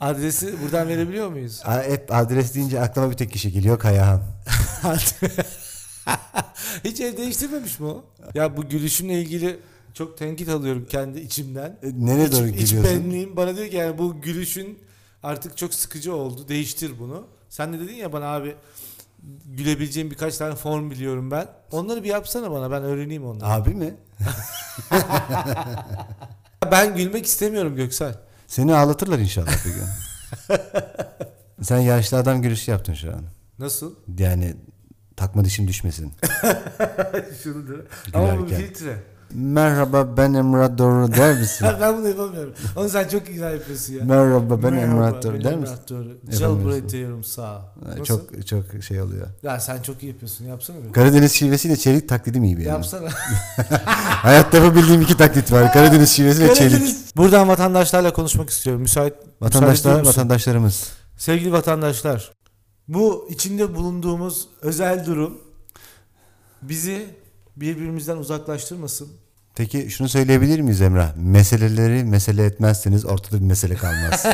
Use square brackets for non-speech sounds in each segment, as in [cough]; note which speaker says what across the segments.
Speaker 1: Adresi buradan verebiliyor muyuz?
Speaker 2: A- Hep adres deyince aklıma bir tek kişi geliyor Kayahan.
Speaker 1: Hiç ev değiştirmemiş mi o? Ya bu gülüşümle ilgili çok tenkit alıyorum kendi içimden.
Speaker 2: E, Nereye doğru
Speaker 1: İç, iç
Speaker 2: gidiyorsun?
Speaker 1: benliğim bana diyor ki yani bu gülüşün artık çok sıkıcı oldu. Değiştir bunu. Sen de dedin ya bana abi gülebileceğim birkaç tane form biliyorum ben. Onları bir yapsana bana ben öğreneyim onları.
Speaker 2: Abi mi?
Speaker 1: Ben gülmek istemiyorum Göksel.
Speaker 2: Seni ağlatırlar inşallah bir [laughs] gün. Sen yaşlı adam gülüşü yaptın şu an. [laughs]
Speaker 1: Nasıl?
Speaker 2: Yani takma dişim düşmesin.
Speaker 1: Şunu Ama bu bir
Speaker 2: Gülerken.
Speaker 1: filtre.
Speaker 2: Merhaba ben Emrah Doğru der [laughs] misin?
Speaker 1: ben bunu yapamıyorum. Onu sen çok güzel yapıyorsun ya.
Speaker 2: Merhaba ben
Speaker 1: Merhaba,
Speaker 2: Emrah Doğru
Speaker 1: ben
Speaker 2: der
Speaker 1: Emrah
Speaker 2: misin?
Speaker 1: Doğru.
Speaker 2: Yapamıyorsun.
Speaker 1: Jailbreak diyorum sağ.
Speaker 2: Ha,
Speaker 1: Nasıl?
Speaker 2: Çok çok şey oluyor.
Speaker 1: Ya sen çok iyi yapıyorsun. Yapsana bir.
Speaker 2: Karadeniz şivesiyle çelik taklidim iyi bir yani. [laughs]
Speaker 1: Yapsana.
Speaker 2: Hayatta yapabildiğim iki taklit var. Karadeniz şivesi ve çelik.
Speaker 1: Buradan vatandaşlarla konuşmak istiyorum. Müsait müsaade
Speaker 2: Vatandaşlar,
Speaker 1: ediyor musun?
Speaker 2: vatandaşlarımız.
Speaker 1: Sevgili vatandaşlar, bu içinde bulunduğumuz özel durum bizi birbirimizden uzaklaştırmasın.
Speaker 2: Peki şunu söyleyebilir miyiz Emrah? Meseleleri mesele etmezseniz ortada bir
Speaker 1: [laughs]
Speaker 2: mesele kalmaz.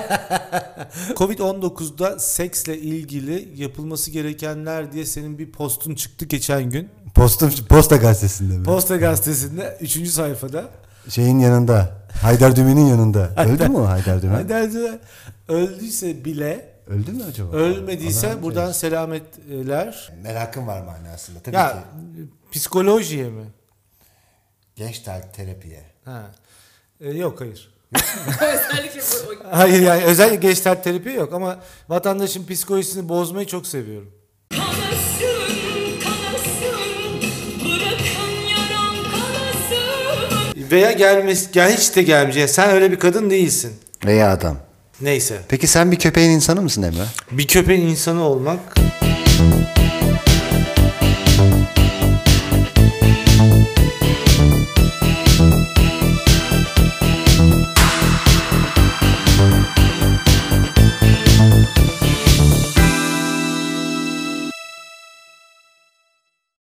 Speaker 1: Covid-19'da seksle ilgili yapılması gerekenler diye senin bir postun çıktı geçen gün.
Speaker 2: Postum, posta gazetesinde mi?
Speaker 1: Posta gazetesinde 3. sayfada.
Speaker 2: Şeyin yanında. Haydar Dümen'in yanında.
Speaker 1: [laughs]
Speaker 2: Öldü mü o Haydar Dümen?
Speaker 1: Nedense öldüyse bile,
Speaker 2: Öldü mü acaba?
Speaker 1: ölmediyse
Speaker 2: Allah'ım
Speaker 1: buradan selametler.
Speaker 2: şey. Merakım var manasında. Tabii
Speaker 1: Ya psikolojiye mi?
Speaker 2: Genç ter- terapiye.
Speaker 1: Ha. E, yok hayır.
Speaker 3: Özellikle bu o-
Speaker 1: Hayır yani özellikle gençler terapi yok ama vatandaşın psikolojisini bozmayı çok seviyorum.
Speaker 3: Kanasın, kanasın, bırakın yaram kanasın.
Speaker 1: Veya gelmesi, gel hiç de gelmeyecek. Sen öyle bir kadın değilsin.
Speaker 2: Veya adam.
Speaker 1: Neyse.
Speaker 2: Peki sen bir köpeğin insanı mısın Emrah?
Speaker 1: Bir köpeğin insanı olmak